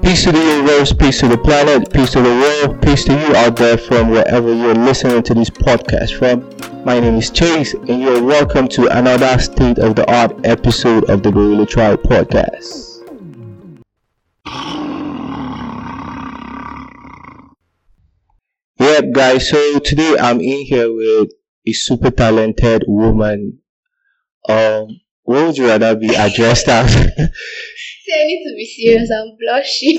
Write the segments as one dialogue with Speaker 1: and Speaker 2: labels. Speaker 1: Peace to the universe, peace to the planet, peace to the world, peace to you out there from wherever you're listening to this podcast from. My name is Chase, and you're welcome to another state of the art episode of the Gorilla Tribe podcast. Yep, guys, so today I'm in here with a super talented woman. Um, what would you rather be addressed as?
Speaker 2: See, I need to be serious. I'm blushing.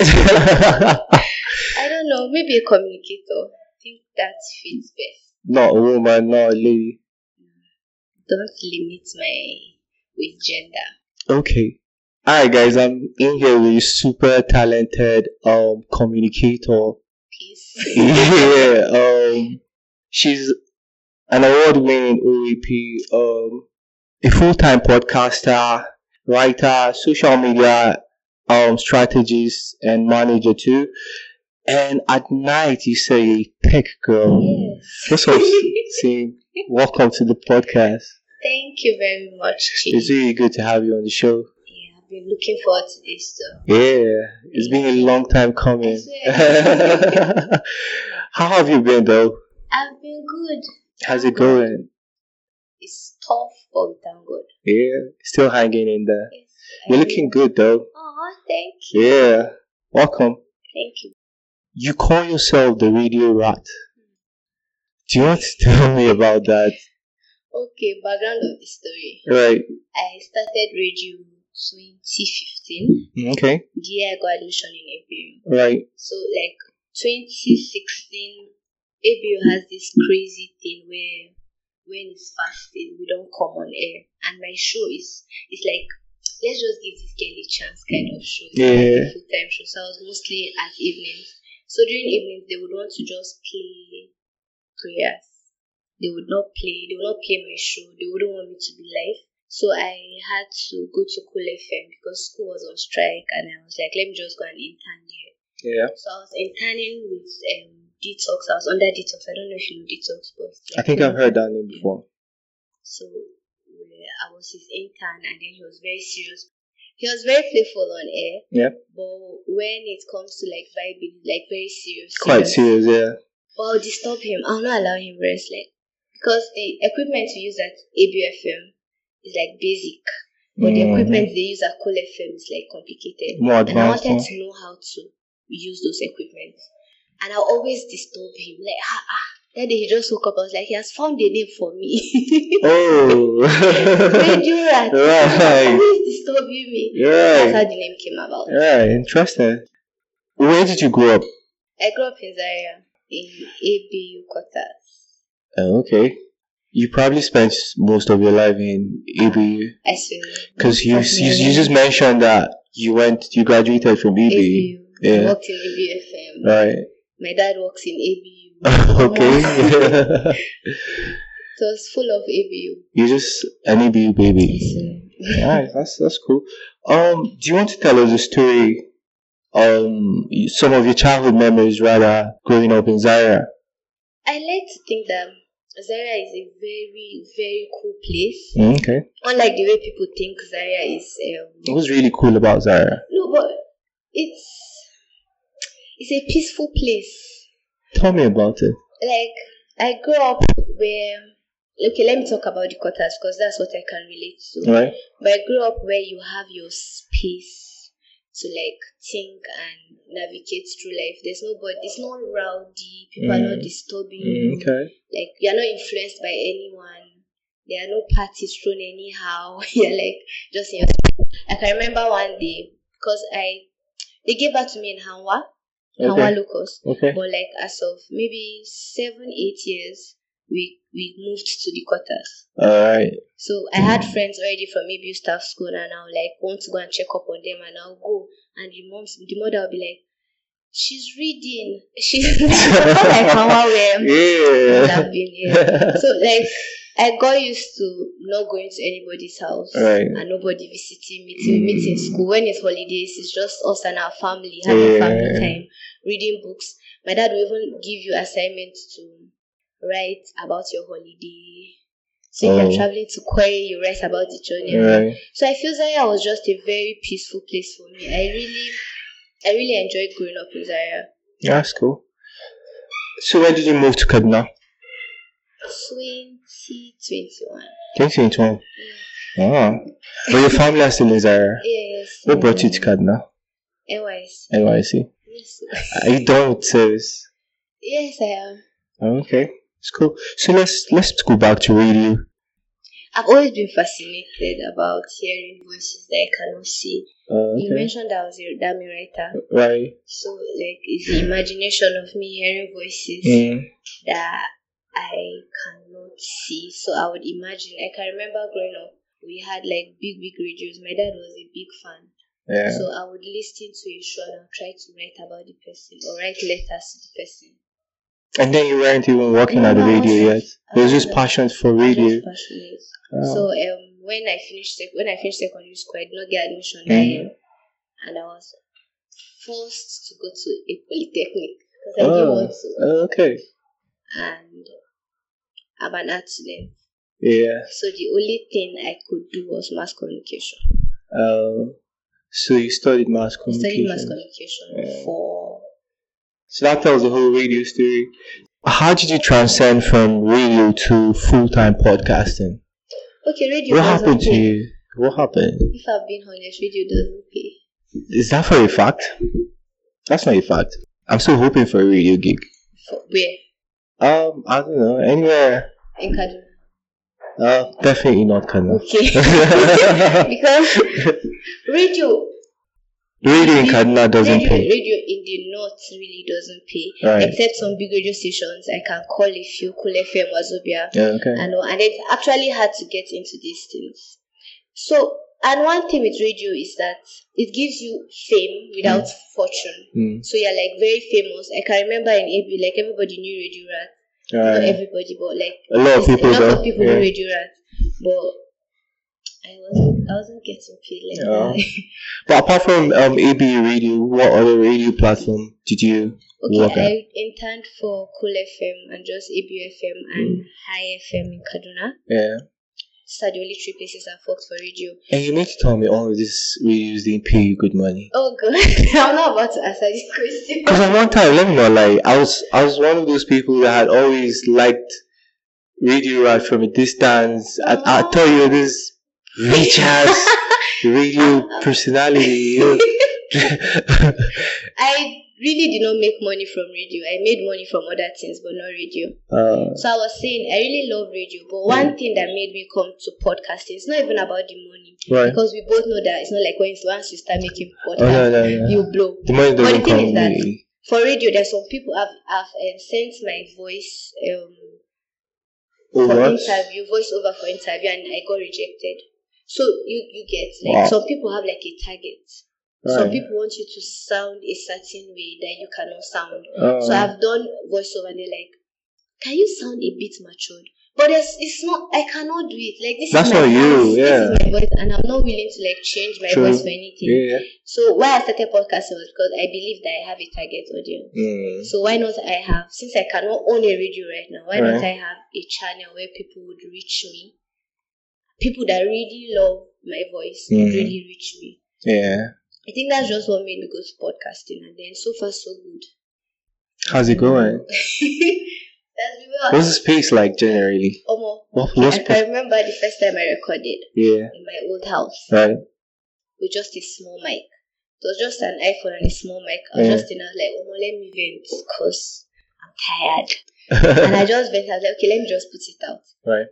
Speaker 2: I don't know. Maybe a communicator. I think that fits best.
Speaker 1: not a woman, not a lady.
Speaker 2: Don't limit my with gender.
Speaker 1: Okay. Alright guys, I'm in here with a super talented um communicator.
Speaker 2: Please.
Speaker 1: yeah, um she's an award winning OEP, um a full time podcaster, writer, social media um strategist and manager too. And at night you say tech girl.
Speaker 2: yes.
Speaker 1: What's up Sim? Welcome to the podcast.
Speaker 2: Thank you very much,
Speaker 1: It's
Speaker 2: Chi.
Speaker 1: really good to have you on the show.
Speaker 2: Yeah, I've been looking forward to this too.
Speaker 1: Yeah, it's been a long time coming.
Speaker 2: I
Speaker 1: How have you been though?
Speaker 2: I've been good.
Speaker 1: How's it going?
Speaker 2: It's tough, but we thank God.
Speaker 1: Yeah, still hanging in there.
Speaker 2: Yes,
Speaker 1: You're looking good though.
Speaker 2: Oh, thank you.
Speaker 1: Yeah, welcome.
Speaker 2: Thank you.
Speaker 1: You call yourself the radio rat. Do you want to tell me about that?
Speaker 2: Okay, background of the story.
Speaker 1: Right.
Speaker 2: I started radio 2015.
Speaker 1: Okay.
Speaker 2: The year I got admission in Imperial.
Speaker 1: Right.
Speaker 2: So like 2016, ABO has this crazy thing where when it's fasting, we don't come on air. And my show is it's like let's just give this girl a chance kind of show. It's not
Speaker 1: Yeah.
Speaker 2: a full time show. So I was mostly at evenings. So during evenings they would want to just play prayers. They would not play they would not play my show. They wouldn't want me to be live. So I had to go to Cool FM because school was on strike and I was like, let me just go and intern here.
Speaker 1: Yeah.
Speaker 2: So I was interning with um, Detox. I was under Detox. I don't know if you know Detox, but it's
Speaker 1: I
Speaker 2: like-
Speaker 1: think I've heard that name before.
Speaker 2: So uh, I was his intern, and then he was very serious. He was very playful on air.
Speaker 1: Yeah.
Speaker 2: But when it comes to like vibing, like very serious.
Speaker 1: Quite serious, yeah.
Speaker 2: But I'll disturb him. I'll not allow him rest, like because the equipment we use at ABFM is like basic, but the
Speaker 1: Mhm.
Speaker 2: equipment they use at Cool FM is like complicated
Speaker 1: More
Speaker 2: and I
Speaker 1: advanced.
Speaker 2: wanted
Speaker 1: one.
Speaker 2: to know how to use those equipment. And I always disturb him, like, ah, ah. That day he just woke up, I was like, he has found a name for me.
Speaker 1: Oh.
Speaker 2: Radio rat.
Speaker 1: Right.
Speaker 2: Always disturbing me. That's
Speaker 1: right.
Speaker 2: how the name came about.
Speaker 1: Yeah, interesting. Where did you grow up?
Speaker 2: I grew up in Zaria, in ABU quarters.
Speaker 1: Oh, okay. You probably spent most of your life in EBU
Speaker 2: I swear.
Speaker 1: because you,
Speaker 2: Most of
Speaker 1: you
Speaker 2: my
Speaker 1: you
Speaker 2: life.
Speaker 1: just mentioned that you went you graduated from EBU,
Speaker 2: ABU.
Speaker 1: Yeah.
Speaker 2: I worked in ABFM.
Speaker 1: right?
Speaker 2: My dad works in ABU.
Speaker 1: okay.
Speaker 2: So it's full of ABU.
Speaker 1: You're just an EBU
Speaker 2: I
Speaker 1: baby.
Speaker 2: swear.
Speaker 1: Alright, that's that's cool. Um, do you want to tell us a story? Um, some of your childhood memories, rather, growing up in Zaire.
Speaker 2: I like to think that Zaria is a very, very cool place.
Speaker 1: Mm, Okay.
Speaker 2: Unlike the way people think Zaria is. Um,
Speaker 1: What's really cool about Zaire?
Speaker 2: no, but it's it's a peaceful place.
Speaker 1: Tell me about it.
Speaker 2: Like I grew up where. Okay, let me talk about the quarters because that's what I can relate to.
Speaker 1: Right.
Speaker 2: But I grew up where you have your space to like think and navigate through life. There's nobody. It's not rowdy. People are
Speaker 1: Mm.
Speaker 2: not disturbing you.
Speaker 1: Okay.
Speaker 2: like you're not influenced by anyone there are no parties thrown anyhow you're like just in your i can remember one day because i they gave back to me in hanwa hanwa
Speaker 1: Okay.
Speaker 2: locus
Speaker 1: Okay.
Speaker 2: but like as of maybe seven eight years we we moved to the quarters
Speaker 1: All right.
Speaker 2: so i had friends already from abu staff school and i'll like want to go and check up on them and i'll go and the mom the mother will be like she's reading she's not like hanwa where would
Speaker 1: Yeah.
Speaker 2: have been here. So like I got used to not going to anybody's house
Speaker 1: Right. Mm.
Speaker 2: and nobody visiting me till we meet in school. When it's holidays, it's just us and our family
Speaker 1: Yeah.
Speaker 2: having family time, reading books. My dad will even give you assignments to write about your holiday. So if
Speaker 1: Oh.
Speaker 2: you're traveling to Korea, you write about the journey.
Speaker 1: right.
Speaker 2: So I feel Zaria was just a very peaceful place for me. I really I really enjoyed growing up in Zaria.
Speaker 1: Yeah, that's cool. So when did you move to Kaduna?
Speaker 2: 2021.
Speaker 1: 2021. Ah. But your family are still in Zaria.
Speaker 2: Yes.
Speaker 1: What brought you to Kaduna?
Speaker 2: Anyways.
Speaker 1: NYC.
Speaker 2: Yes.
Speaker 1: Are you done with service?
Speaker 2: yes, I am.
Speaker 1: Okay, it's cool. So let's let's go back to radio.
Speaker 2: I've always been fascinated about hearing voices that I cannot see.
Speaker 1: Uh,
Speaker 2: You mentioned that I was a dummy writer.
Speaker 1: Right.
Speaker 2: So, like, it's the imagination of me hearing voices
Speaker 1: Mm.
Speaker 2: that I cannot see. So, I would imagine, I can remember growing up, we had like big, big radios. My dad was a big fan.
Speaker 1: Yeah.
Speaker 2: So I would listen to a show and I'll try to write about the person or write letters to the person.
Speaker 1: And then you weren't even working at the
Speaker 2: No, I
Speaker 1: radio yet.
Speaker 2: wasn't.
Speaker 1: It was just
Speaker 2: I wasn't.
Speaker 1: passion for
Speaker 2: I was
Speaker 1: radio.
Speaker 2: passionate.
Speaker 1: Oh.
Speaker 2: So um, when I finished sec- when I finished secondary school, I did not get admission
Speaker 1: Mm.
Speaker 2: I, um, and I was forced to go to a polytechnic because I didn't
Speaker 1: Oh.
Speaker 2: want to.
Speaker 1: Oh, okay.
Speaker 2: And I'm an art student,
Speaker 1: Yeah.
Speaker 2: so the only thing I could do was mass communication.
Speaker 1: Um, so you studied mass
Speaker 2: I studied
Speaker 1: communication.
Speaker 2: mass communication
Speaker 1: Yeah.
Speaker 2: for
Speaker 1: so that tells the whole radio story. How did you transcend from radio to full time podcasting?
Speaker 2: okay radio.
Speaker 1: what
Speaker 2: doesn't
Speaker 1: happened to
Speaker 2: pay.
Speaker 1: you? What happened?
Speaker 2: If I've been honest, radio doesn't pay.
Speaker 1: Is that for a fact? That's not a fact. I'm still hoping for a radio gig.
Speaker 2: For where
Speaker 1: Um, I don't know. Anywhere.
Speaker 2: in Kaduna?
Speaker 1: Uh, definitely not Kano.
Speaker 2: Okay. because radio
Speaker 1: radio in Kaduna doesn't
Speaker 2: radio,
Speaker 1: pay.
Speaker 2: radio in the north really doesn't pay
Speaker 1: Right.
Speaker 2: except some big radio stations i can call a few cool fm wazobia
Speaker 1: Yeah, okay.
Speaker 2: and all and it's actually hard to get into these things so and one thing with radio is that it gives you fame without fortune
Speaker 1: Mm,
Speaker 2: so you're like very famous i can remember in ab like everybody knew radio rat not
Speaker 1: alright.
Speaker 2: everybody but like
Speaker 1: A lot of
Speaker 2: it's-
Speaker 1: people
Speaker 2: a lot of
Speaker 1: though.
Speaker 2: people
Speaker 1: yeah.
Speaker 2: knew radio rat but i wasn't i wasn't getting paid like
Speaker 1: Yeah.
Speaker 2: that
Speaker 1: But apart from um AB radio, what other radio platform did you?
Speaker 2: Okay,
Speaker 1: Worker.
Speaker 2: I interned for Cool FM and just ABUFM and
Speaker 1: Hmm.
Speaker 2: High FM in Kaduna.
Speaker 1: Yeah.
Speaker 2: These are the only three places I worked for radio.
Speaker 1: And you need to tell me oh, all of these radios didn't pay you good money.
Speaker 2: Oh god, I'm not about to answer this question.
Speaker 1: Because at one time, let me not lie, I was I was one of those people that had always liked radio right from a distance. I, I
Speaker 2: Oh.
Speaker 1: thought you were this rich ass radio personality. you know.
Speaker 2: I really did not make money from radio. I made money from other things, but not radio.
Speaker 1: uh,
Speaker 2: So I was saying I really love radio,
Speaker 1: Hmm.
Speaker 2: but one thing that made me come to podcasting, it's not even about the money.
Speaker 1: right.
Speaker 2: Because we both know that it's not like when once you start making
Speaker 1: Oh no,
Speaker 2: podcasts,
Speaker 1: no, no.
Speaker 2: you blow.
Speaker 1: The money
Speaker 2: But the
Speaker 1: doesn't
Speaker 2: thing
Speaker 1: come
Speaker 2: is that-
Speaker 1: really.
Speaker 2: for radio there's some people have have um, sent my voice um for
Speaker 1: Over.
Speaker 2: interview voice over for interview and i got rejected so you you get
Speaker 1: Wow.
Speaker 2: like some people have like a target some
Speaker 1: Right.
Speaker 2: people want you to sound a certain way that you cannot sound
Speaker 1: Uh,
Speaker 2: so i've done voiceover and they're like can you sound a bit matured but it's, it's not i cannot do it like this
Speaker 1: That's
Speaker 2: is my
Speaker 1: not you,
Speaker 2: voice,
Speaker 1: yeah.
Speaker 2: this is my voice and i'm not willing to like change my
Speaker 1: True.
Speaker 2: voice for anything
Speaker 1: yeah.
Speaker 2: so why i started podcasting was because i believe that i have a target audience
Speaker 1: Mm.
Speaker 2: so why not I have since I cannot own a radio right now, why not
Speaker 1: Right.
Speaker 2: I have a channel where people would reach me? People that really love my voice
Speaker 1: Mhm.
Speaker 2: would really reach me.
Speaker 1: Yeah.
Speaker 2: I think that's just what made me go to podcasting and then so far so good.
Speaker 1: How's
Speaker 2: Mm.
Speaker 1: it going?
Speaker 2: that's well
Speaker 1: What's the space like generally?
Speaker 2: Omo,
Speaker 1: What, what's
Speaker 2: I can remember the first time I recorded
Speaker 1: yeah.
Speaker 2: in my old house
Speaker 1: Right.
Speaker 2: with just a small mic. It was just an iPhone and a small mic. I was
Speaker 1: Yeah.
Speaker 2: just in I was like, Omo, let me vent because I'm tired. and I just went, I was like, okay, let me just put it out.
Speaker 1: right.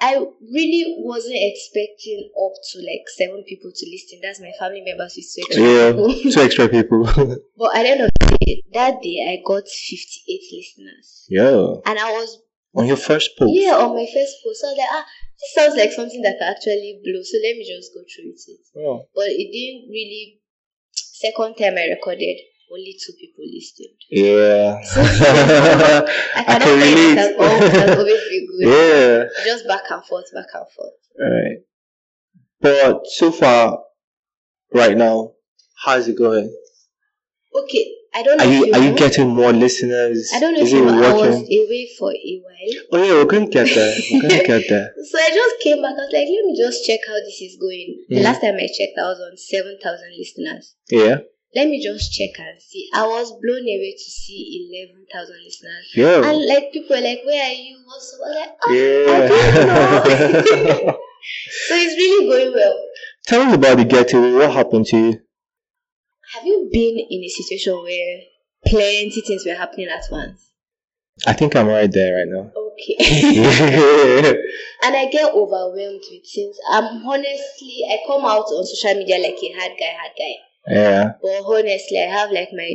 Speaker 2: I really wasn't expecting up to like seven people to listen. That's my family members with two extra
Speaker 1: Yeah.
Speaker 2: people.
Speaker 1: Two extra people.
Speaker 2: but at the end of the day, that day I got 58 listeners.
Speaker 1: Yo.
Speaker 2: And I was,
Speaker 1: On your first post.
Speaker 2: yeah, on my first post. So I was like, ah, this sounds like something that can actually blow. So let me just go through with it.
Speaker 1: Oh.
Speaker 2: But it didn't really, second time I recorded, only two people listened.
Speaker 1: Yeah.
Speaker 2: So I
Speaker 1: I
Speaker 2: cannot
Speaker 1: can
Speaker 2: say
Speaker 1: relate.
Speaker 2: it has always, it has always been good.
Speaker 1: yeah.
Speaker 2: Just back and forth, back and forth.
Speaker 1: Alright. But so far, right now, how's it going?
Speaker 2: Okay, I don't know
Speaker 1: Are
Speaker 2: if
Speaker 1: you are you
Speaker 2: know.
Speaker 1: getting more listeners?
Speaker 2: I don't know
Speaker 1: Is
Speaker 2: if
Speaker 1: it
Speaker 2: you know, I was
Speaker 1: working?
Speaker 2: away for a while.
Speaker 1: Oh yeah, we're gonna get there. We're gonna get there.
Speaker 2: So I just came back. I was like, let me just check how this is going. The
Speaker 1: Mm.
Speaker 2: last time I checked, I was on 7,000 listeners.
Speaker 1: Yeah.
Speaker 2: Let me just check and see. I was blown away to see eleven thousand listeners.
Speaker 1: Yeah.
Speaker 2: And like people were like, where are you? What's up? I was like, oh. I don't
Speaker 1: Yeah.
Speaker 2: so it's really going well.
Speaker 1: Tell us about the getaway. What happened to you?
Speaker 2: Have you been in a situation where plenty things were happening at once?
Speaker 1: I think I'm right there right now.
Speaker 2: Okay. and I get overwhelmed with things. I'm honestly, I come out on social media like a hard guy, hard guy.
Speaker 1: yeah.
Speaker 2: But honestly, I have like my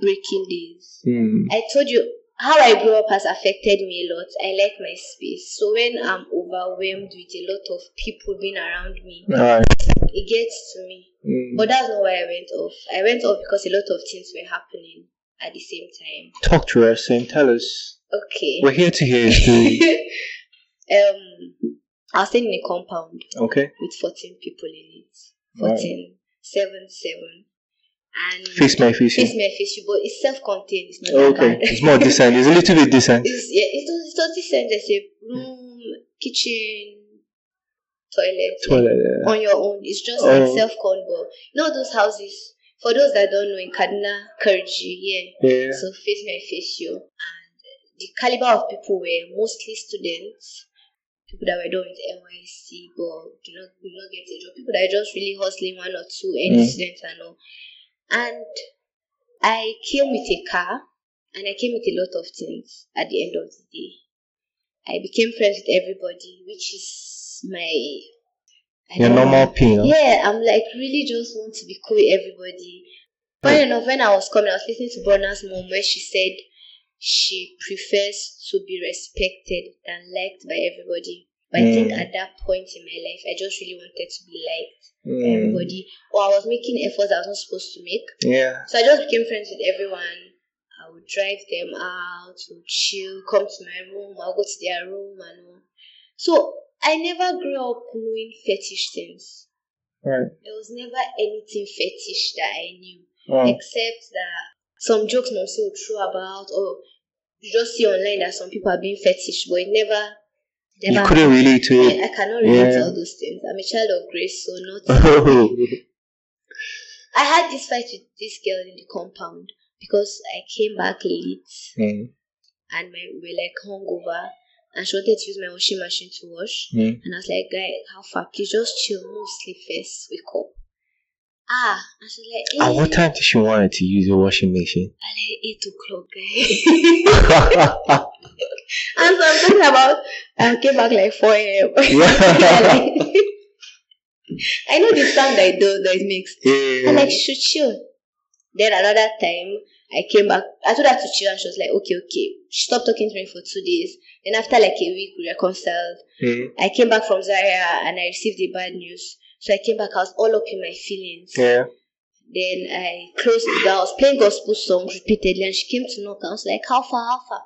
Speaker 2: breaking days.
Speaker 1: Hmm.
Speaker 2: I told you how I grew up has affected me a lot. I like my space. So when I'm overwhelmed with a lot of people being around me,
Speaker 1: All right.
Speaker 2: it gets to me.
Speaker 1: Hmm.
Speaker 2: But that's not why I went off. I went off because a lot of things were happening at the same time.
Speaker 1: Talk to us and tell us.
Speaker 2: Okay.
Speaker 1: We're here to hear your story.
Speaker 2: um, I was staying in a compound
Speaker 1: okay.
Speaker 2: with 14 people in it.
Speaker 1: Wow.
Speaker 2: 14, 7, 7. And
Speaker 1: Face my face.
Speaker 2: Face my face, but it's self-contained. It's not that
Speaker 1: Okay.
Speaker 2: bad.
Speaker 1: It's more decent. It's a little bit decent.
Speaker 2: It's, yeah, it's not, it's not decent. There's a room, kitchen, toilet. like,
Speaker 1: Toilet. yeah.
Speaker 2: on your own. It's just
Speaker 1: Oh.
Speaker 2: like self-contained. But you know those houses. For those that don't know, in Kaduna, Kurji, yeah.
Speaker 1: Yeah.
Speaker 2: So face my facial and the caliber of people were mostly students, people that were done with NYC but do not do not get a job, people that are just really hustling one or two and
Speaker 1: Mm.
Speaker 2: students and all. And I came with a car and I came with a lot of things at the end of the day. I became friends with everybody, which is my I
Speaker 1: Your
Speaker 2: don't
Speaker 1: normal
Speaker 2: know.
Speaker 1: pin. huh?
Speaker 2: Yeah, I'm like really just want to be cool with everybody. Funny enough, when I was coming, I was listening to Bronna's mom where she said she prefers to be respected than liked by everybody. But I think
Speaker 1: Mm.
Speaker 2: at that point in my life, I just really wanted to be liked by
Speaker 1: Hmm.
Speaker 2: everybody, or I was making efforts I was not supposed to make.
Speaker 1: Yeah.
Speaker 2: So I just became friends with everyone. I would drive them out, would chill, come to my room, I'll go to their room and all. So I never grew up knowing fetish things.
Speaker 1: Right.
Speaker 2: There was never anything fetish that I knew,
Speaker 1: Wow.
Speaker 2: except that some jokes mom say were true about, or you just see online that some people are being fetish, but it never, never.
Speaker 1: You couldn't relate to it.
Speaker 2: I, I cannot relate
Speaker 1: Yeah.
Speaker 2: to all those things. I'm a child of grace, so not.
Speaker 1: Oh.
Speaker 2: I had this fight with this girl in the compound because I came back late
Speaker 1: Hmm.
Speaker 2: and my, we were like hungover, and she wanted to use my washing machine to wash.
Speaker 1: Hmm.
Speaker 2: And I was like, guy, how far? Please just chill, move, sleep first, wake up. Ah, and she was like,
Speaker 1: At what
Speaker 2: "Eh."
Speaker 1: time did she wanted to use your washing machine?
Speaker 2: at like 8 o'clock, guys.
Speaker 1: yeah.
Speaker 2: and so I'm talking about, I came back like 4 a.m. I know the sound I do that it makes. I'm like, she should chill. Then another time, I came back. I told her to chill, and she was like, okay, okay. She stopped talking to me for two days. Then after like a week, we reconciled.
Speaker 1: Hmm.
Speaker 2: I came back from Zaria and I received the bad news. So I came back, I was all up in my feelings.
Speaker 1: Yeah.
Speaker 2: Then I closed the door. I was playing gospel songs repeatedly, and she came to knock. I was like, "How far? How far?"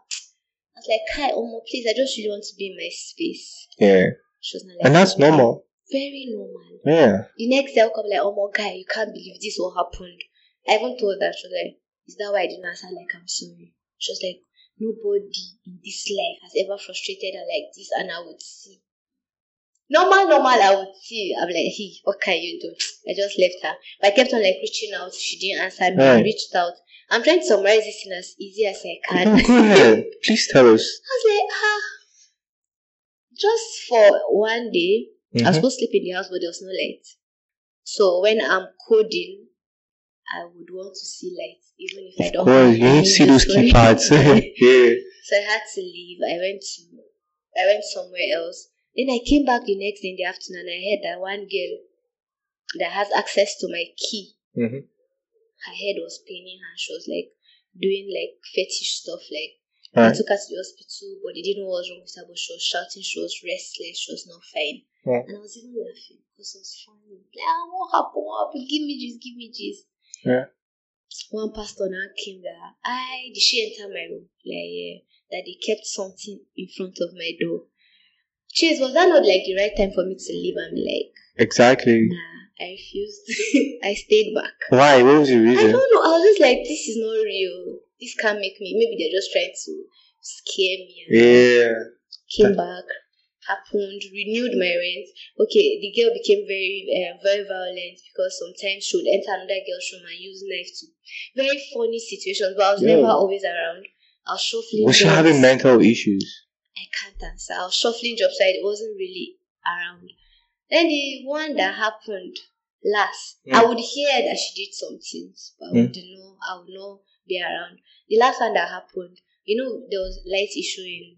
Speaker 2: I was like, "Hi, Omo, please. I just really want to be in my space."
Speaker 1: Yeah.
Speaker 2: She was not like,
Speaker 1: And that's normal.
Speaker 2: Very normal.
Speaker 1: Yeah.
Speaker 2: The next day, I'll come like, "Omo, guy, you can't believe this. What happened?" I even told her. She was like, "Is that why I didn't answer? Like, I'm sorry." She was like, "Nobody in this life has ever frustrated her like this, and I would see." Normal, normal, I would see. I'm like, hey, what can you do? I just left her. But I kept on like reaching out. She didn't answer me. I
Speaker 1: Right.
Speaker 2: reached out. I'm trying to summarize this in as easy as I can. I
Speaker 1: No,
Speaker 2: was
Speaker 1: go ahead. Please tell us.
Speaker 2: like, ah. Just for one day, I was
Speaker 1: Mhm.
Speaker 2: supposed to sleep in the house, but there was no light. So when I'm coding, I would want to see light, even if I
Speaker 1: Of
Speaker 2: don't.
Speaker 1: course,
Speaker 2: have
Speaker 1: you need to see those
Speaker 2: inventory.
Speaker 1: keypads. yeah.
Speaker 2: So I had to leave. I went to I went somewhere else. Then I came back the next day in the afternoon and I heard that one girl that has access to my key,
Speaker 1: Mhm.
Speaker 2: her head was paining her. She was like doing like fetish stuff. Like I
Speaker 1: Right.
Speaker 2: took her to the hospital, but they didn't know what was wrong with her, but she was shouting, she was restless, she was not fine.
Speaker 1: Yeah.
Speaker 2: And I was even laughing because it was funny. Like, ah, what happened? What happened? Give me this, give me this one pastor now came that I did she enter my room like eh, that they kept something in front of my door. Cheers, was that not like the right time for me to leave? I'm like,
Speaker 1: Exactly.
Speaker 2: nah, I refused. I stayed back.
Speaker 1: Why? What was the
Speaker 2: I
Speaker 1: reason?
Speaker 2: don't know. I was just like, this is not real. This can't make me. Maybe they're just trying to scare me. And
Speaker 1: Yeah.
Speaker 2: Came back. happened, renewed my rent. Okay, the girl became very, uh, very violent because sometimes she would enter another girl's room and use knife to. Very funny situations, but I was
Speaker 1: Yeah.
Speaker 2: never always around. I was shuffling.
Speaker 1: Was she
Speaker 2: jobs.
Speaker 1: having mental issues?
Speaker 2: I can't answer. I was shuffling jobs, so I wasn't really around. Then the one that happened last, I
Speaker 1: Mm.
Speaker 2: would hear that she did something, but I
Speaker 1: Mm.
Speaker 2: would know. I would not be around. The last one that happened, you know, there was light issue in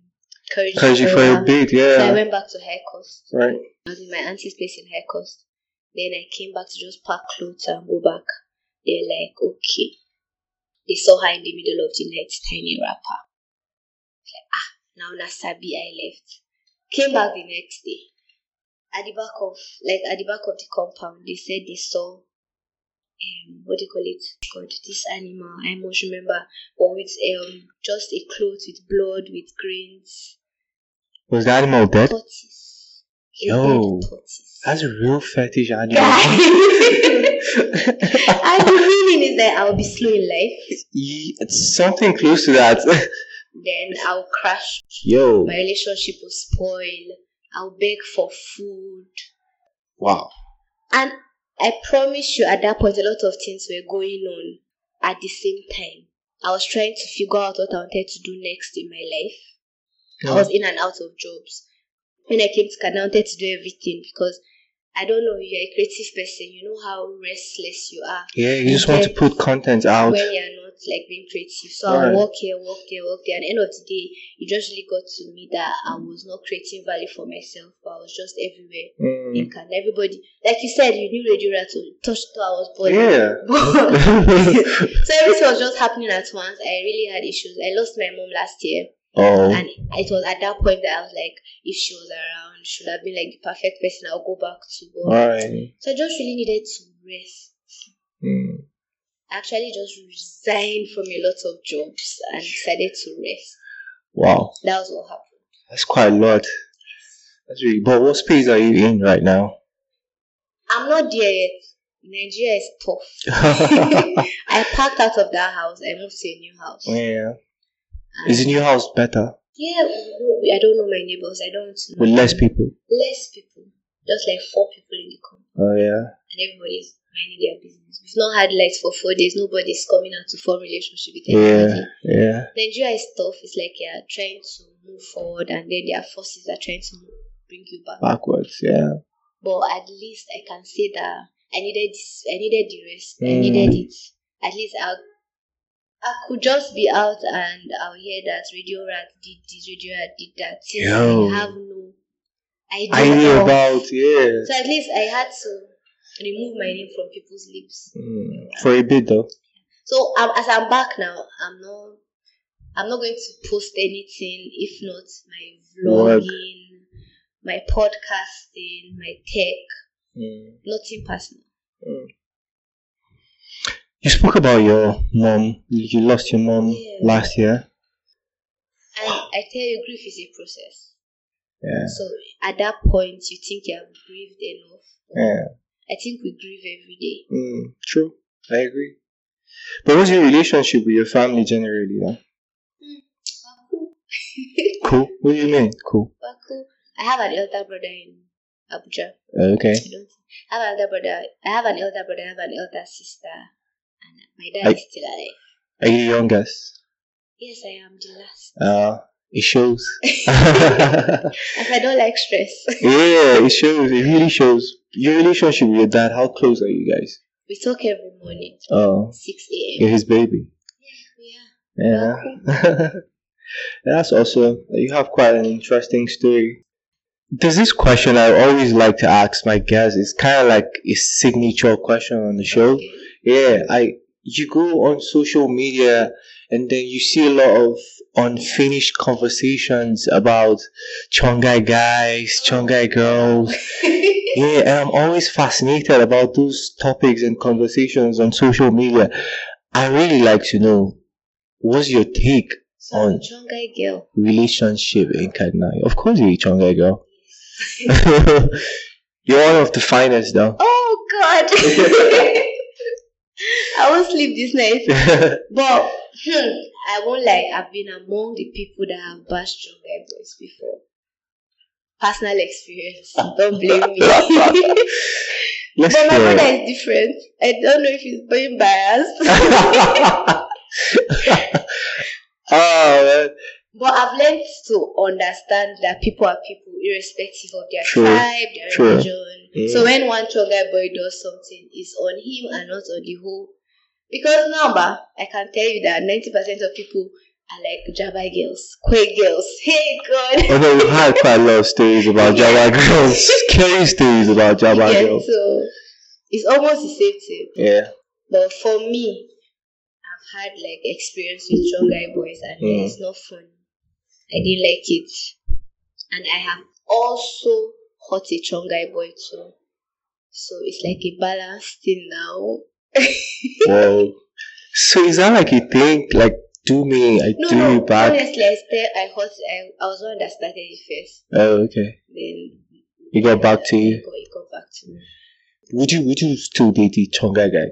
Speaker 2: Um, Courage.
Speaker 1: Because you for a bit,
Speaker 2: So I
Speaker 1: yeah.
Speaker 2: went back to hair cost.
Speaker 1: Right.
Speaker 2: I was in my auntie's place in hair cost. Then I came back to just pack clothes and go back. They're like, okay. They saw her in the middle of the night, tiny wrapper. Like, ah, now Nasabi, I left. Came back the next day. At the back of, like, at the back of the compound, they said they saw, um, what do you call it? God, this animal, I must remember, but with um, just a cloth with blood, with grains,
Speaker 1: Was the animal dead?
Speaker 2: tortoise. A
Speaker 1: Yo.
Speaker 2: dead tortoise.
Speaker 1: That's a real fetish
Speaker 2: Guy.
Speaker 1: animal.
Speaker 2: and the meaning is that I'll be slow in life.
Speaker 1: Ye- it's something close to that.
Speaker 2: Then I'll crash.
Speaker 1: Yo.
Speaker 2: My relationship will spoil. I'll beg for food.
Speaker 1: Wow.
Speaker 2: And I promise you, at that point, a lot of things were going on at the same time. I was trying to figure out what I wanted to do next in my life. I was in and out of jobs. When I came to Canada, I wanted to do everything because I don't know, you're a creative person. You know how restless you are.
Speaker 1: Yeah, you just want to put content out.
Speaker 2: when you're not like being creative. So
Speaker 1: Right.
Speaker 2: I'll walk here, walk there, walk there. At the end of the day, it just really got to me that I was not creating value for myself, but I was just everywhere.
Speaker 1: Mm.
Speaker 2: In Can everybody, like you said, you knew Radio Rattle touched to I was born.
Speaker 1: Yeah.
Speaker 2: so everything was just happening at once. I really had issues. I lost my mom last year,
Speaker 1: oh.
Speaker 2: and it was at that point that I was like, if she was around, should have been like the perfect person I'll go back to. But-
Speaker 1: Right.
Speaker 2: So I just really needed to rest
Speaker 1: Mm.
Speaker 2: actually just resigned from a lot of jobs and decided to rest.
Speaker 1: Wow.
Speaker 2: That was what happened.
Speaker 1: That's quite a lot. That's really. But what space are you in right now?
Speaker 2: I'm not there yet. Nigeria is tough. I packed out of that house. I moved to a new house.
Speaker 1: yeah.
Speaker 2: And-
Speaker 1: Is the new house better
Speaker 2: Yeah, we know- we- I don't know my neighbors. I don't want to know.
Speaker 1: with less
Speaker 2: them.
Speaker 1: people?
Speaker 2: Less people. Just like four people in the compound.
Speaker 1: Oh yeah.
Speaker 2: And everybody's minding their business. We've not had lights for four days. Nobody's coming out to form relationship with anybody.
Speaker 1: Yeah. Yeah.
Speaker 2: Nigeria is tough. It's like you're trying to move forward and then their forces are trying to bring you back.
Speaker 1: Backwards. Yeah.
Speaker 2: but at least I can say that I needed this, I needed the rest, I
Speaker 1: Mm.
Speaker 2: needed it. At least I, I could just be out and I'll hear that Radio Rat did this, Radio Rat did that. Since
Speaker 1: Yo.
Speaker 2: I have no idea,
Speaker 1: I knew
Speaker 2: of-
Speaker 1: about yeah.
Speaker 2: So at least I had to remove my name from people's lips.
Speaker 1: Mm. For a bit though.
Speaker 2: So um, as I'm back now, I'm not. I'm not going to post anything if not my
Speaker 1: Work.
Speaker 2: vlogging, my podcasting, my tech,
Speaker 1: Mm.
Speaker 2: nothing personal.
Speaker 1: You spoke about your mom. You lost your mom
Speaker 2: Yeah.
Speaker 1: last year.
Speaker 2: And I tell you, grief is a process.
Speaker 1: Yeah.
Speaker 2: So at that point, you think you have grieved enough.
Speaker 1: Yeah.
Speaker 2: I think we grieve every day.
Speaker 1: Mm. True. I agree. But what's your relationship with your family generally? Though?
Speaker 2: Baku,
Speaker 1: Cool. What do you mean? Cool.
Speaker 2: Baku. I have an elder brother in Abuja.
Speaker 1: Uh, Okay.
Speaker 2: I don't. I have an elder brother. I have an elder brother. I have an elder sister, and my dad
Speaker 1: I-
Speaker 2: is still alive.
Speaker 1: Are you the youngest?
Speaker 2: Yes, I am the last.
Speaker 1: Uh, it shows.
Speaker 2: and
Speaker 1: yeah,
Speaker 2: I don't like stress.
Speaker 1: it shows. It really shows. Your relationship with your dad, how close are you guys?
Speaker 2: we talk every morning,
Speaker 1: Oh,
Speaker 2: six
Speaker 1: you're
Speaker 2: a.m.
Speaker 1: his baby.
Speaker 2: Yeah.
Speaker 1: Yeah.
Speaker 2: Baku.
Speaker 1: That's also, you have quite an interesting story. There's this question I always like to ask my guests. It's kind of like a signature question on the show.
Speaker 2: Okay.
Speaker 1: Yeah, I you go on social media and then you see a lot of unfinished conversations about Chongai guys, Chongai girls. Yeah, and I'm always fascinated about those topics and conversations on social media. I really like to know what's your take
Speaker 2: so I'm a
Speaker 1: On.
Speaker 2: Chongai girl.
Speaker 1: relationship in Kaduna. Of course you're a Chongai girl. you're one of the finest though.
Speaker 2: Oh God! I won't sleep this night. But hmm, I won't lie. I've been among the people that have bashed Chongai boys before. personal experience. Don't blame me. but
Speaker 1: Next
Speaker 2: my
Speaker 1: year.
Speaker 2: brother is different. I don't know if he's being biased.
Speaker 1: oh, man.
Speaker 2: But I've learned to understand that people are people, irrespective of their
Speaker 1: True.
Speaker 2: tribe, their
Speaker 1: True. Mm.
Speaker 2: religion.
Speaker 1: Yeah.
Speaker 2: So when one Chongai boy does something, it's on him and not on the whole. Because number, I can tell you that ninety percent of people are like Java girls, Quay girls. Hey God,
Speaker 1: Although we've had quite a lot of stories about Java girls, scary stories about Java
Speaker 2: yeah,
Speaker 1: Oh, girls.
Speaker 2: so it's almost the same thing.
Speaker 1: Yeah,
Speaker 2: But for me, I've had like experience with strong guy boys and
Speaker 1: Mm.
Speaker 2: it's not fun. I didn't like it. And I have also hurt a strong guy boy too. So it's like a balance thing now.
Speaker 1: well, so is that like you think, like, do me, I
Speaker 2: No,
Speaker 1: do
Speaker 2: no,
Speaker 1: you back?
Speaker 2: honestly, I still, I hurt, I, I was the one that started it first.
Speaker 1: Oh, okay.
Speaker 2: Then
Speaker 1: It got back to
Speaker 2: it
Speaker 1: you.
Speaker 2: got, it got back to me.
Speaker 1: Would you, would you still date the Chonga guy?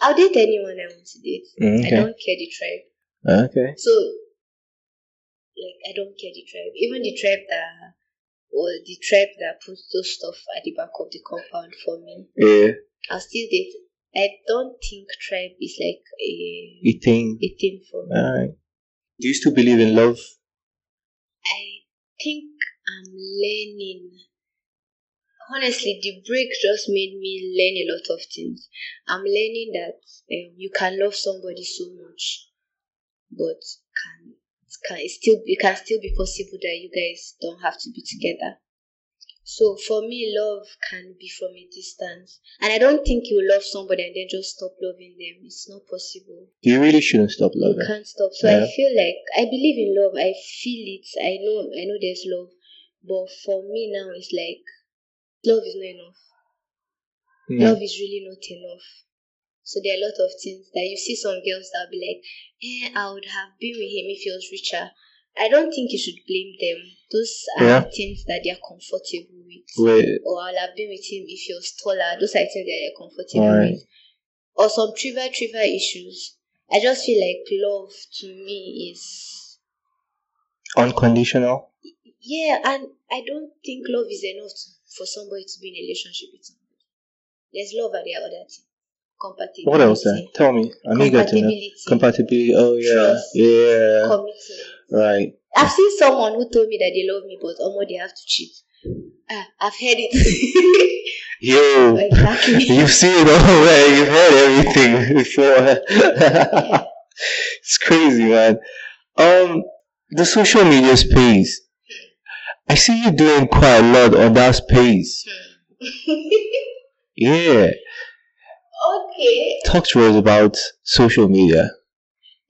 Speaker 2: I'll date anyone I want to date.
Speaker 1: Mm,
Speaker 2: I
Speaker 1: Okay. Ah,
Speaker 2: don't care the tribe.
Speaker 1: Okay.
Speaker 2: So, like, I don't care the tribe. Even the tribe that, or the tribe that puts those stuff at the back of the compound for me,
Speaker 1: Yeah.
Speaker 2: I'll still date. I don't think tribe is like a,
Speaker 1: You think?
Speaker 2: a thing for me.
Speaker 1: Alright. Do you still believe in love?
Speaker 2: I think I'm learning. Honestly, the break just made me learn a lot of things. I'm learning that um, you can love somebody so much, but can can it still it can still be possible that you guys don't have to be together. So for me, love can be from a distance, and I don't think you love somebody and then just stop loving them. It's not possible.
Speaker 1: You really shouldn't stop
Speaker 2: You
Speaker 1: loving.
Speaker 2: can't stop. So
Speaker 1: Yeah.
Speaker 2: I feel like I believe in love. I feel it. I know. I know there's love, but for me now, it's like love is not enough.
Speaker 1: Yeah.
Speaker 2: Love is really not enough. So there are a lot of things that you see some girls that will be like, "Eh, I would have been with him if he was richer." I don't think you should blame them. Those are
Speaker 1: Yeah.
Speaker 2: things that they are comfortable with.
Speaker 1: Wait.
Speaker 2: Or I'll have been with him if he was taller. Those are things that they're comfortable
Speaker 1: Right.
Speaker 2: with or some trivial trivial issues. I just feel like love to me is
Speaker 1: Unconditional?
Speaker 2: yeah, and I don't think love is enough to, for somebody to be in a relationship with somebody. There's love and the other thing. Compatibility.
Speaker 1: What else eh? then? Tell me. I'm eager to know.
Speaker 2: Compatibility.
Speaker 1: Compatibility. Oh, yeah.
Speaker 2: Trust.
Speaker 1: Yeah.
Speaker 2: commitment.
Speaker 1: right.
Speaker 2: I've seen someone who told me that they love me, but almost they have to cheat. Ah, I've heard it.
Speaker 1: You.
Speaker 2: exactly.
Speaker 1: You've seen it all where you've heard everything before. it's crazy, man. Um, the social media space. I see you doing quite a lot on that space. Yeah.
Speaker 2: okay.
Speaker 1: Talk to us about social media.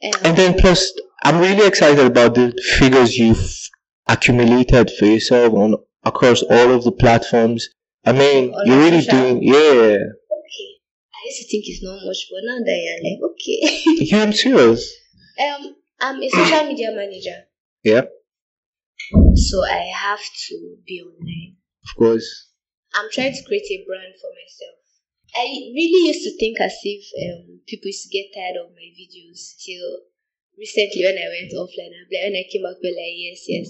Speaker 2: Um,
Speaker 1: And then plus, I'm really excited about the figures you've accumulated for yourself on across all of the platforms. I mean,
Speaker 2: All
Speaker 1: you're
Speaker 2: of
Speaker 1: really
Speaker 2: social.
Speaker 1: doing, yeah.
Speaker 2: okay. I used to think it's not much, but now that you're like, okay.
Speaker 1: Yeah, I'm serious.
Speaker 2: um, I'm a social media manager.
Speaker 1: Yeah,
Speaker 2: So I have to be online.
Speaker 1: of course.
Speaker 2: I'm trying to create a brand for myself. I really used to think as if um, people used to get tired of my videos till recently when I went offline. I'm like, when I came back, we're like, yes, yes.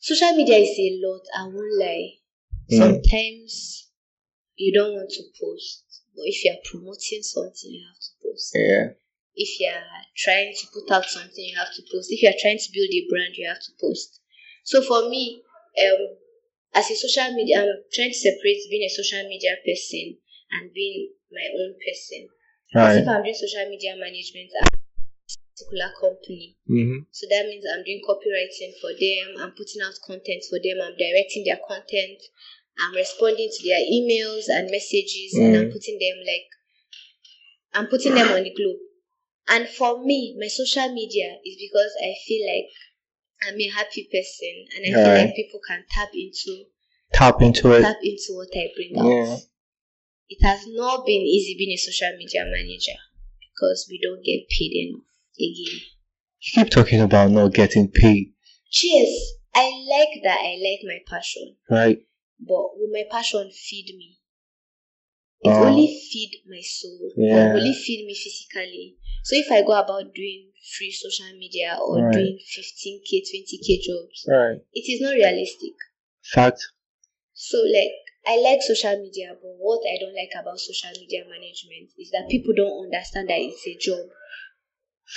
Speaker 2: Social media is a lot. I won't lie.
Speaker 1: Mm.
Speaker 2: Sometimes you don't want to post, but if you're promoting something, you have to post.
Speaker 1: Yeah.
Speaker 2: if you're trying to put out something you have to post if you're trying to build a brand you have to post so for me um as a social media i'm trying to separate being a social media person and being my own person as
Speaker 1: Right.
Speaker 2: if i'm doing social media management at a particular company
Speaker 1: Mm-hmm.
Speaker 2: so that means i'm doing copywriting for them i'm putting out content for them i'm directing their content i'm responding to their emails and messages and i'm
Speaker 1: Mm.
Speaker 2: putting them like I'm putting them on the globe. And for me, my social media is because I feel like I'm a happy person and I feel
Speaker 1: Alright.
Speaker 2: like people can tap into
Speaker 1: Tap into it.
Speaker 2: tap into what I bring out.
Speaker 1: Yeah.
Speaker 2: It has not been easy being a social media manager because we don't get paid enough again.
Speaker 1: You keep talking about not getting paid,
Speaker 2: Cheers! I like that I like my passion,
Speaker 1: right?
Speaker 2: but will my passion feed me? It
Speaker 1: Oh.
Speaker 2: only feed my soul.
Speaker 1: Yeah.
Speaker 2: It only feed me physically. So if I go about doing free social media or
Speaker 1: Right.
Speaker 2: doing 15k, 20k jobs,
Speaker 1: Right.
Speaker 2: it is not realistic.
Speaker 1: Fact.
Speaker 2: So like I like social media, but what I don't like about social media management is that people don't understand that it's a job.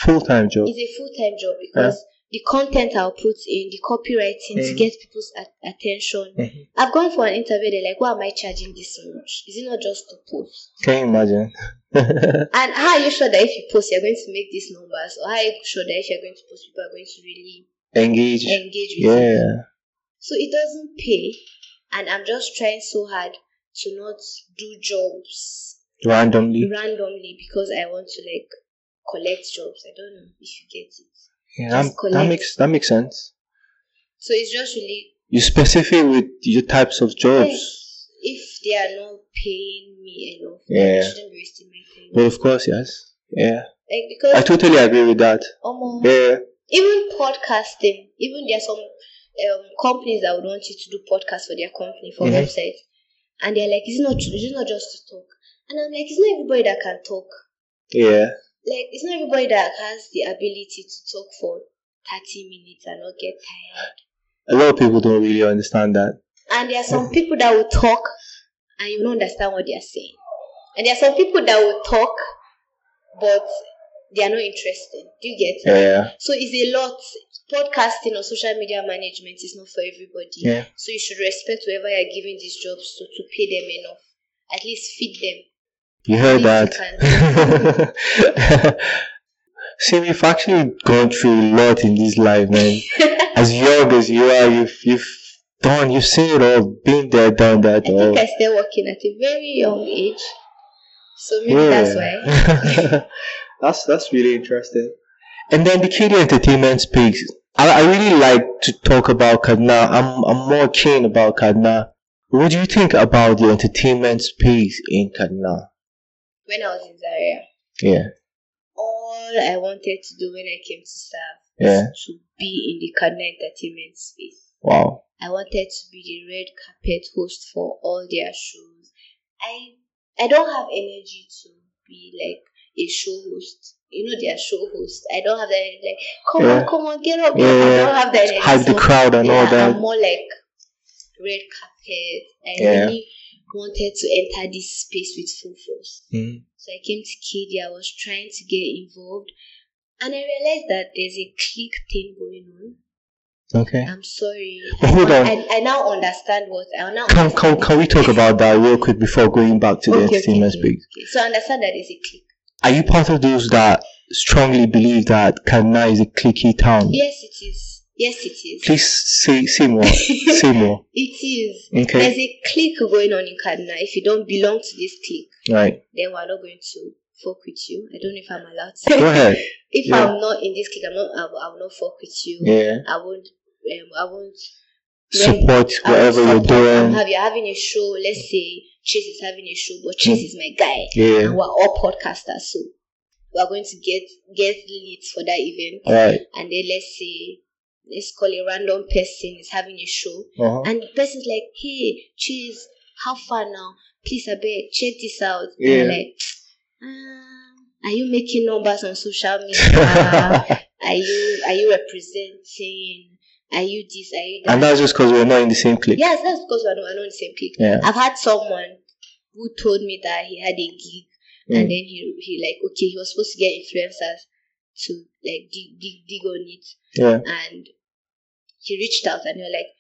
Speaker 1: Full time job.
Speaker 2: It's a full time job because the content I'll put in, the copywriting to
Speaker 1: Mhm.
Speaker 2: get people's at- attention.
Speaker 1: Mhm.
Speaker 2: I've gone for an interview, they're like, why am I charging this much? Is it not just to post?
Speaker 1: Can you imagine?
Speaker 2: And how are you sure that if you post, you're going to make these numbers? Or how are you sure that if you're going to post, people are going to really
Speaker 1: Engage.
Speaker 2: engage with you?
Speaker 1: Yeah.
Speaker 2: So it doesn't pay. And I'm just trying so hard to not do jobs
Speaker 1: Randomly.
Speaker 2: randomly because I want to like collect jobs. I don't know if you get it.
Speaker 1: Yeah, that-
Speaker 2: Just collect.
Speaker 1: that makes that makes sense.
Speaker 2: So it's just really
Speaker 1: You specific with your types of jobs.
Speaker 2: yes, if they are not paying me enough, I
Speaker 1: Yeah.
Speaker 2: shouldn't be wasting my
Speaker 1: But
Speaker 2: time.
Speaker 1: of course, yes. Yeah.
Speaker 2: Like
Speaker 1: I
Speaker 2: because
Speaker 1: totally agree with that.
Speaker 2: omo,
Speaker 1: Yeah.
Speaker 2: even podcasting, even there are some um, companies that would want you to do podcasts for their company for
Speaker 1: Mhm.
Speaker 2: website, and they're like, it's not, it's not just to talk, and I'm like, it's not everybody that can talk.
Speaker 1: Yeah.
Speaker 2: Like it's not everybody that has the ability to talk for thirty minutes and not get tired.
Speaker 1: A lot of people don't really understand that.
Speaker 2: And there are some people that will talk and you don't understand what they are saying. And there are some people that will talk but they are not interesting. Do you get it?
Speaker 1: Yeah.
Speaker 2: So it's a lot. Podcasting or social media management is not for everybody.
Speaker 1: Yeah.
Speaker 2: So you should respect whoever you're giving these jobs to to pay them enough. At least feed them.
Speaker 1: You heard
Speaker 2: At
Speaker 1: that.
Speaker 2: least you can.
Speaker 1: See, we've actually gone through a lot in this life, man. as young as you are, you've, you've done, you've seen it all, been there, done that,
Speaker 2: I think
Speaker 1: all.
Speaker 2: I started working at a very young age. So maybe that's why.
Speaker 1: why. that's that's really interesting. And then the KD Entertainment speaks. I, I really like to talk about Kadna. I'm I'm more keen about Kadna. What do you think about the entertainment space in Kadna?
Speaker 2: When I was in Zaria,
Speaker 1: Yeah,
Speaker 2: all I wanted to do when I came to serve
Speaker 1: yeah.
Speaker 2: to be in the Kaduna entertainment space.
Speaker 1: Wow.
Speaker 2: I wanted to be the red carpet host for all their shows. I I don't have energy to be like a show host. You know, they are show hosts. I don't have that energy. Like, come
Speaker 1: Yeah.
Speaker 2: on, come on, get up.
Speaker 1: Yeah,
Speaker 2: I
Speaker 1: yeah.
Speaker 2: don't have that energy.
Speaker 1: Hype the
Speaker 2: So,
Speaker 1: crowd and all
Speaker 2: yeah, I'm
Speaker 1: that.
Speaker 2: more like red carpet. I
Speaker 1: Yeah.
Speaker 2: really wanted to enter this space with full force.
Speaker 1: Mm.
Speaker 2: So I came to KD, I was trying to get involved, and I realized that there's a clique thing going on.
Speaker 1: Okay.
Speaker 2: I'm sorry.
Speaker 1: But hold on.
Speaker 2: I, I now understand what I now
Speaker 1: Can,
Speaker 2: understand.
Speaker 1: can, can we talk about that real quick before going back to the entertainment space?
Speaker 2: okay. So I understand that there's a clique.
Speaker 1: Are you part of those that strongly believe that Kadna is a cliquey town?
Speaker 2: Yes, it is. Yes, it is.
Speaker 1: Please say say more. say more.
Speaker 2: It is.
Speaker 1: Okay.
Speaker 2: There's a clique going on in Kaduna. If you don't belong to this clique,
Speaker 1: Right.
Speaker 2: then we're not going to fuck with you. I don't know if I'm allowed
Speaker 1: Go
Speaker 2: to.
Speaker 1: ahead.
Speaker 2: if
Speaker 1: Yeah.
Speaker 2: I'm not in this clique, I'm not, I, will- I will not fuck with you.
Speaker 1: Yeah.
Speaker 2: I won't. Um, I won't
Speaker 1: Support
Speaker 2: I would
Speaker 1: whatever you're
Speaker 2: support- I'm
Speaker 1: doing.
Speaker 2: hav- you're having a show. Let's say Chase is having a show, but Chase is my guy,
Speaker 1: Yeah.
Speaker 2: and we're all podcasters, so we're going to get get leads for that event.
Speaker 1: Right.
Speaker 2: And then let's say let's call a random person is having a show,
Speaker 1: Uh-huh.
Speaker 2: and the person's like, "Hey, Chase, have fun now, please, I beg, check this out."
Speaker 1: Yeah.
Speaker 2: And I'm like, "Ah, "Are you making numbers on social media?" Are you are you representing? Are you this? Are you that?
Speaker 1: and that's just because we're not in the same clique.
Speaker 2: Yes, that's because we're not, we're not in the same clique.
Speaker 1: Yeah.
Speaker 2: I've had someone who told me that he had a gig and
Speaker 1: Mm.
Speaker 2: then he he like okay he was supposed to get influencers to like dig dig, dig on it
Speaker 1: Yeah.
Speaker 2: and he reached out and they were like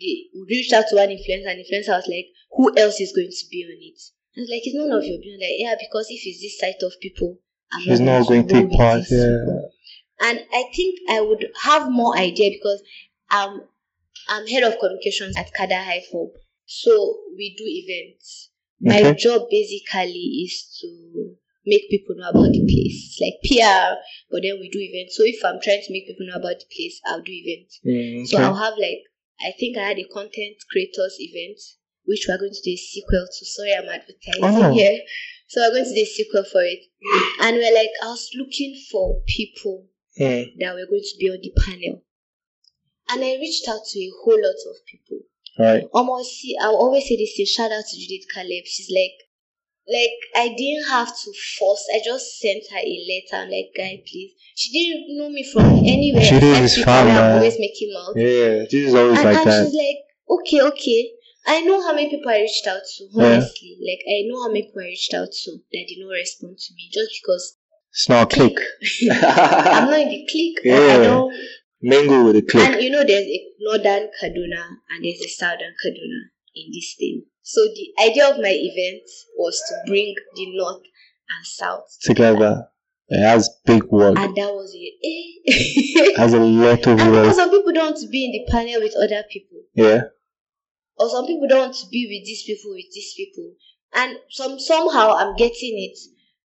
Speaker 2: they reached out to one influencer and the influencer was like who else is going to be on it and it's like it's none of your business like yeah because if it's this side of people I'm
Speaker 1: She's not going to
Speaker 2: go
Speaker 1: take
Speaker 2: with
Speaker 1: part.
Speaker 2: these
Speaker 1: Yeah.
Speaker 2: people." and I think I would have more idea because um I'm head of communications at Kada High Hub. So we do events. My
Speaker 1: Okay.
Speaker 2: job basically is to make people know about the place. It's like PR, but then we do events. So if I'm trying to make people know about the place, I'll do events.
Speaker 1: Mm,
Speaker 2: So I'll
Speaker 1: okay.
Speaker 2: have like I think I had a content creators event which we're going to do a sequel to. Sorry, I'm advertising
Speaker 1: Oh.
Speaker 2: here. So we're going to do a sequel for it. And we're like, I was looking for people
Speaker 1: Mm.
Speaker 2: that were going to be on the panel. And I reached out to a whole lot of people.
Speaker 1: Right.
Speaker 2: Almost, see, I'll always say this thing, shout out to Judith Caleb. She's like, like I didn't have to force. I just sent her a letter. I'm like, guy, please. She didn't know me from anywhere.
Speaker 1: Judith
Speaker 2: except
Speaker 1: is
Speaker 2: people where
Speaker 1: fun,
Speaker 2: I'm
Speaker 1: man.
Speaker 2: always making mouth.
Speaker 1: Yeah. This is always
Speaker 2: And,
Speaker 1: uh, like
Speaker 2: and
Speaker 1: that.
Speaker 2: she's like, okay, okay. I know how many people I reached out to,
Speaker 1: Yeah.
Speaker 2: honestly. Like, I know how many people I reached out to that did not respond to me just because
Speaker 1: It's not a click.
Speaker 2: I'm not in the clique. or I
Speaker 1: Yeah.
Speaker 2: don't.
Speaker 1: Mingle with a click.
Speaker 2: And you know, there's a northern Kaduna and there's a southern Kaduna in this thing. So, the idea of my event was to bring the north and south
Speaker 1: together. It has big work.
Speaker 2: and that was it. Eh?
Speaker 1: has a lot of
Speaker 2: and because
Speaker 1: work.
Speaker 2: some people don't want to be in the panel with other people,
Speaker 1: Yeah.
Speaker 2: or some people don't want to be with these people with these people, and some somehow I'm getting it.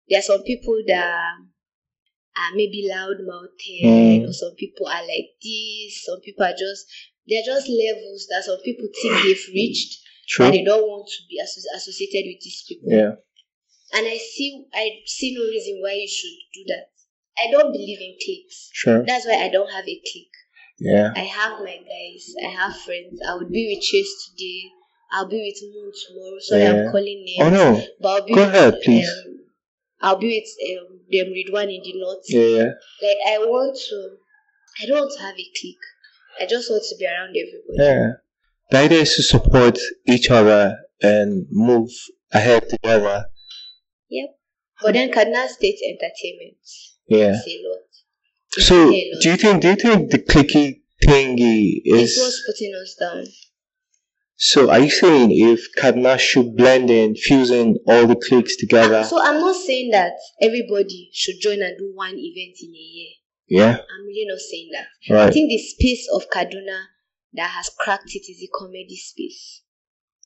Speaker 2: There are some people that are maybe loud mouthed,
Speaker 1: Mm.
Speaker 2: or some people are like this. Some people are just they're just levels that some people think they've reached, and
Speaker 1: True.
Speaker 2: they don't want to be asso- associated with these people.
Speaker 1: Yeah.
Speaker 2: And I see, I see no reason why you should do that. I don't believe in cliques.
Speaker 1: Sure.
Speaker 2: That's why I don't have a clique.
Speaker 1: Yeah.
Speaker 2: I have my guys, I have friends. I would be with Chase today. I'll be with Moon tomorrow. Sorry,
Speaker 1: Yeah.
Speaker 2: I'm calling names.
Speaker 1: Oh no.
Speaker 2: But I'll be
Speaker 1: Go
Speaker 2: with,
Speaker 1: ahead, please.
Speaker 2: Um, I'll be with um, them Ridwan in the north.
Speaker 1: Yeah.
Speaker 2: Like I want to, I don't want to have a clique. I just want to be around everybody.
Speaker 1: Yeah. The idea is to support each other and move ahead together.
Speaker 2: But then Kaduna State Entertainment
Speaker 1: Yeah.
Speaker 2: is a lot. It's
Speaker 1: So
Speaker 2: a lot.
Speaker 1: do you think do you think the clicky thingy
Speaker 2: It's what's
Speaker 1: is
Speaker 2: putting us down.
Speaker 1: so are you saying if Kadna should blend in, fusing all the cliques together?
Speaker 2: So I'm not saying that everybody should join and do one event in a year.
Speaker 1: Yeah.
Speaker 2: I'm really not saying that. I
Speaker 1: Right.
Speaker 2: think the space of Kaduna that has cracked it is the comedy space.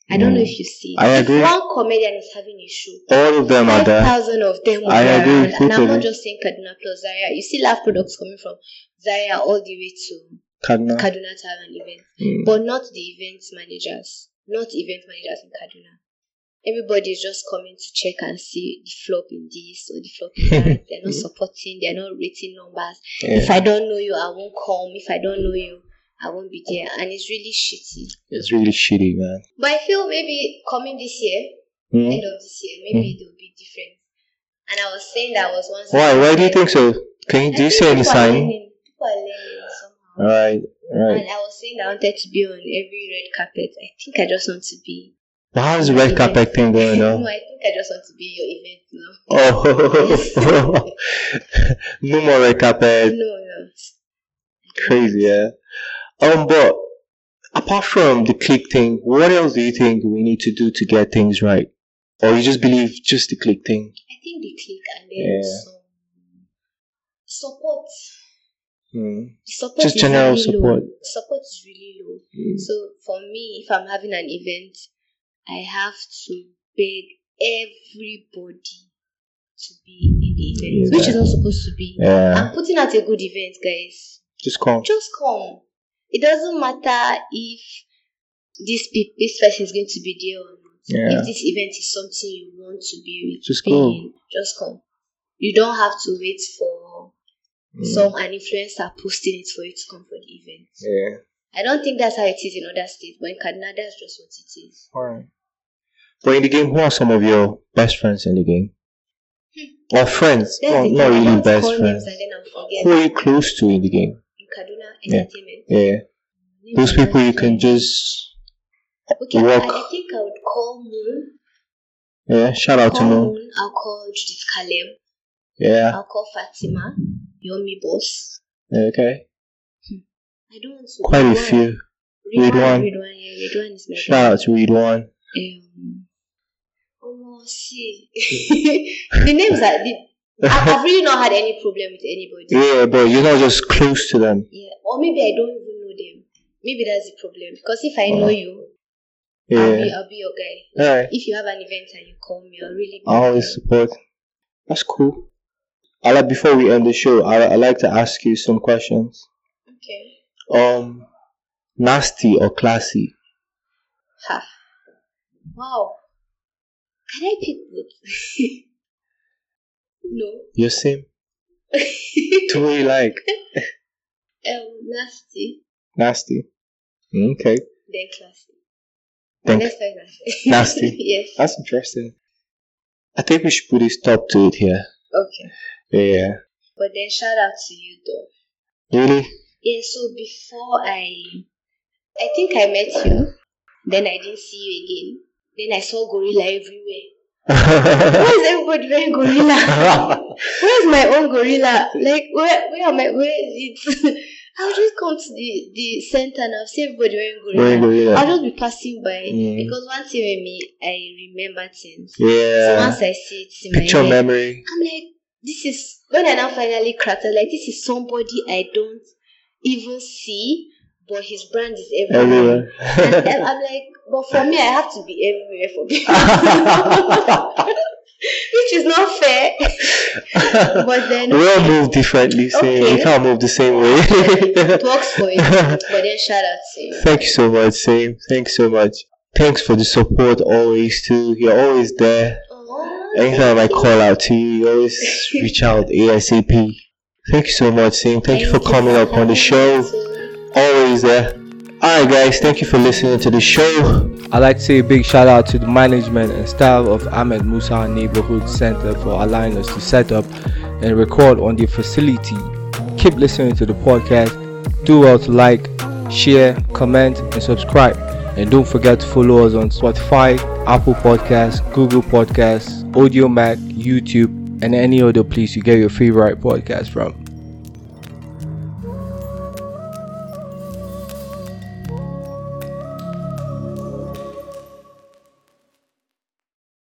Speaker 2: I don't know
Speaker 1: Mm.
Speaker 2: if you see.
Speaker 1: I agree.
Speaker 2: One comedian is having a show.
Speaker 1: All of them are
Speaker 2: Five
Speaker 1: there.
Speaker 2: thousand of them will
Speaker 1: I
Speaker 2: be
Speaker 1: agree
Speaker 2: around.
Speaker 1: with you,
Speaker 2: And I'm
Speaker 1: Tolu.
Speaker 2: not just saying Kaduna plus Zaria. You see live products coming from Zaria all the way to
Speaker 1: Kadna.
Speaker 2: Kaduna to have an event.
Speaker 1: Mm.
Speaker 2: But not the event managers. Not event managers in Kaduna. Everybody is just coming to check and see the flop in this or the flop in that. They're not supporting, they're not rating numbers if
Speaker 1: Yeah.
Speaker 2: I don't know you, I won't come. If I don't know you, I won't be there. And it's really shitty.
Speaker 1: It's really shitty, man.
Speaker 2: But I feel maybe coming this year,
Speaker 1: Mm.
Speaker 2: end of this year, maybe it will be different. And I was saying that I was once.
Speaker 1: Why? Why do you think so? Can you do you see any sign?
Speaker 2: People are learning somehow.
Speaker 1: Alright, alright.
Speaker 2: And I was saying that I wanted to be on every red carpet. I think I just want to be.
Speaker 1: But how's the red carpet thing going
Speaker 2: No,
Speaker 1: on?
Speaker 2: I think I just want to be in your event now.
Speaker 1: Oh, no more red carpet.
Speaker 2: No, no.
Speaker 1: Crazy, yeah. Um, but apart from the click thing, what else do you think we need to do to get things right? Or you just believe just the click thing?
Speaker 2: I think the click and then
Speaker 1: Yeah.
Speaker 2: some support.
Speaker 1: Hmm.
Speaker 2: The support
Speaker 1: Just
Speaker 2: is
Speaker 1: general
Speaker 2: really
Speaker 1: support.
Speaker 2: Low. Support is really low.
Speaker 1: Mm.
Speaker 2: So for me, if I'm having an event, I have to beg everybody to be in the event,
Speaker 1: Yeah.
Speaker 2: which is not supposed to be.
Speaker 1: Yeah,
Speaker 2: I'm putting out a good event, guys.
Speaker 1: just come.
Speaker 2: Just come. It doesn't matter if this pe- this person is going to be there or not.
Speaker 1: Yeah.
Speaker 2: If this event is something you want to be with,
Speaker 1: Just
Speaker 2: be
Speaker 1: go.
Speaker 2: in, just come. You don't have to wait for
Speaker 1: Mm.
Speaker 2: some an influencer posting it for you to come for the event.
Speaker 1: Yeah.
Speaker 2: I don't think that's how it is in other states, but in Canada, that's just what it is.
Speaker 1: Alright. But in the game, who are some of your best friends in the game? Or friends?
Speaker 2: That's
Speaker 1: Well,
Speaker 2: the
Speaker 1: not
Speaker 2: thing, I
Speaker 1: really
Speaker 2: don't
Speaker 1: best
Speaker 2: call
Speaker 1: friends.
Speaker 2: names and then I'll
Speaker 1: Who
Speaker 2: forget.
Speaker 1: are you close to in the game?
Speaker 2: In Kaduna
Speaker 1: Yeah.
Speaker 2: Entertainment,
Speaker 1: Yeah.
Speaker 2: names
Speaker 1: Those
Speaker 2: are
Speaker 1: people
Speaker 2: not
Speaker 1: you can
Speaker 2: there.
Speaker 1: just
Speaker 2: Okay, I,
Speaker 1: walk.
Speaker 2: I think I would call Moon.
Speaker 1: yeah, shout out to
Speaker 2: Call
Speaker 1: Moon.
Speaker 2: Moon. I'll call Judith Kalem.
Speaker 1: Yeah.
Speaker 2: I'll call Fatima, Yomi Boss.
Speaker 1: Okay.
Speaker 2: I don't want to.
Speaker 1: Quite a few. Ridwan.
Speaker 2: Redwan. Redwan, yeah, Redwan is my
Speaker 1: Shout out to Read One.
Speaker 2: Um, oh, see. the names are. The, I, I've really not had any problem with anybody.
Speaker 1: Yeah, but you're not just close to them.
Speaker 2: Yeah, or maybe I don't even know them. Maybe that's the problem. Because if I know
Speaker 1: Oh.
Speaker 2: you, I'll, be,
Speaker 1: Yeah.
Speaker 2: I'll be your guy.
Speaker 1: Alright.
Speaker 2: If you have an event and you call me, I'll really be
Speaker 1: I always support. That's cool. I like before we end the show, I I like to ask you some questions.
Speaker 2: Okay.
Speaker 1: Um nasty or classy?
Speaker 2: Ha. Wow. Can I pick both? no.
Speaker 1: Your same? To what you like.
Speaker 2: um, nasty,
Speaker 1: Nasty. Okay.
Speaker 2: then classy.
Speaker 1: Then
Speaker 2: Let's try nasty.
Speaker 1: Nasty.
Speaker 2: yes.
Speaker 1: That's interesting. I think we should put a stop to it here.
Speaker 2: Okay.
Speaker 1: Yeah.
Speaker 2: But then shout out to you though.
Speaker 1: Really?
Speaker 2: Yeah, so before I I think I met you. Then I didn't see you again. Then I saw gorilla everywhere. Where is everybody wearing gorilla? where is my own gorilla? Like where where am I where is it? I'll just come to the, the center and I'll see everybody wearing gorilla.
Speaker 1: Very good,
Speaker 2: I'll
Speaker 1: yeah.
Speaker 2: just be passing by
Speaker 1: Mm.
Speaker 2: because once you with me I remember things. So
Speaker 1: Yeah.
Speaker 2: once I see it in my
Speaker 1: Picture
Speaker 2: head,
Speaker 1: memory.
Speaker 2: I'm like, this is when I now finally cracked. I was like, this is somebody I don't even see, but his brand is everywhere.
Speaker 1: Everywhere.
Speaker 2: And then I'm like, but for me, I have to be everywhere for people, which is not fair. but then
Speaker 1: we all move differently, so
Speaker 2: Okay.
Speaker 1: we can't move the same way.
Speaker 2: it works for you. But then shout out to you.
Speaker 1: Thank you so much, Sam. Thanks so much. Thanks for the support always too. You're always there.
Speaker 2: Aw,
Speaker 1: Anytime I
Speaker 2: thank you.
Speaker 1: call out to you, you always reach out ASAP. Thank you so much, Sam. Thank you for coming up on the show.
Speaker 2: having me.
Speaker 1: Always there. Alright guys, thank you for listening to the show. I'd like to say a big shout out to the management and staff of Ahmed Musa Neighborhood Center for allowing us to set up and record on the facility. Keep listening to the podcast. Do well to like, share, comment, and subscribe. And don't forget to follow us on Spotify, Apple Podcasts, Google Podcasts, Audio Mac, YouTube, and any other place you get your favorite podcast from.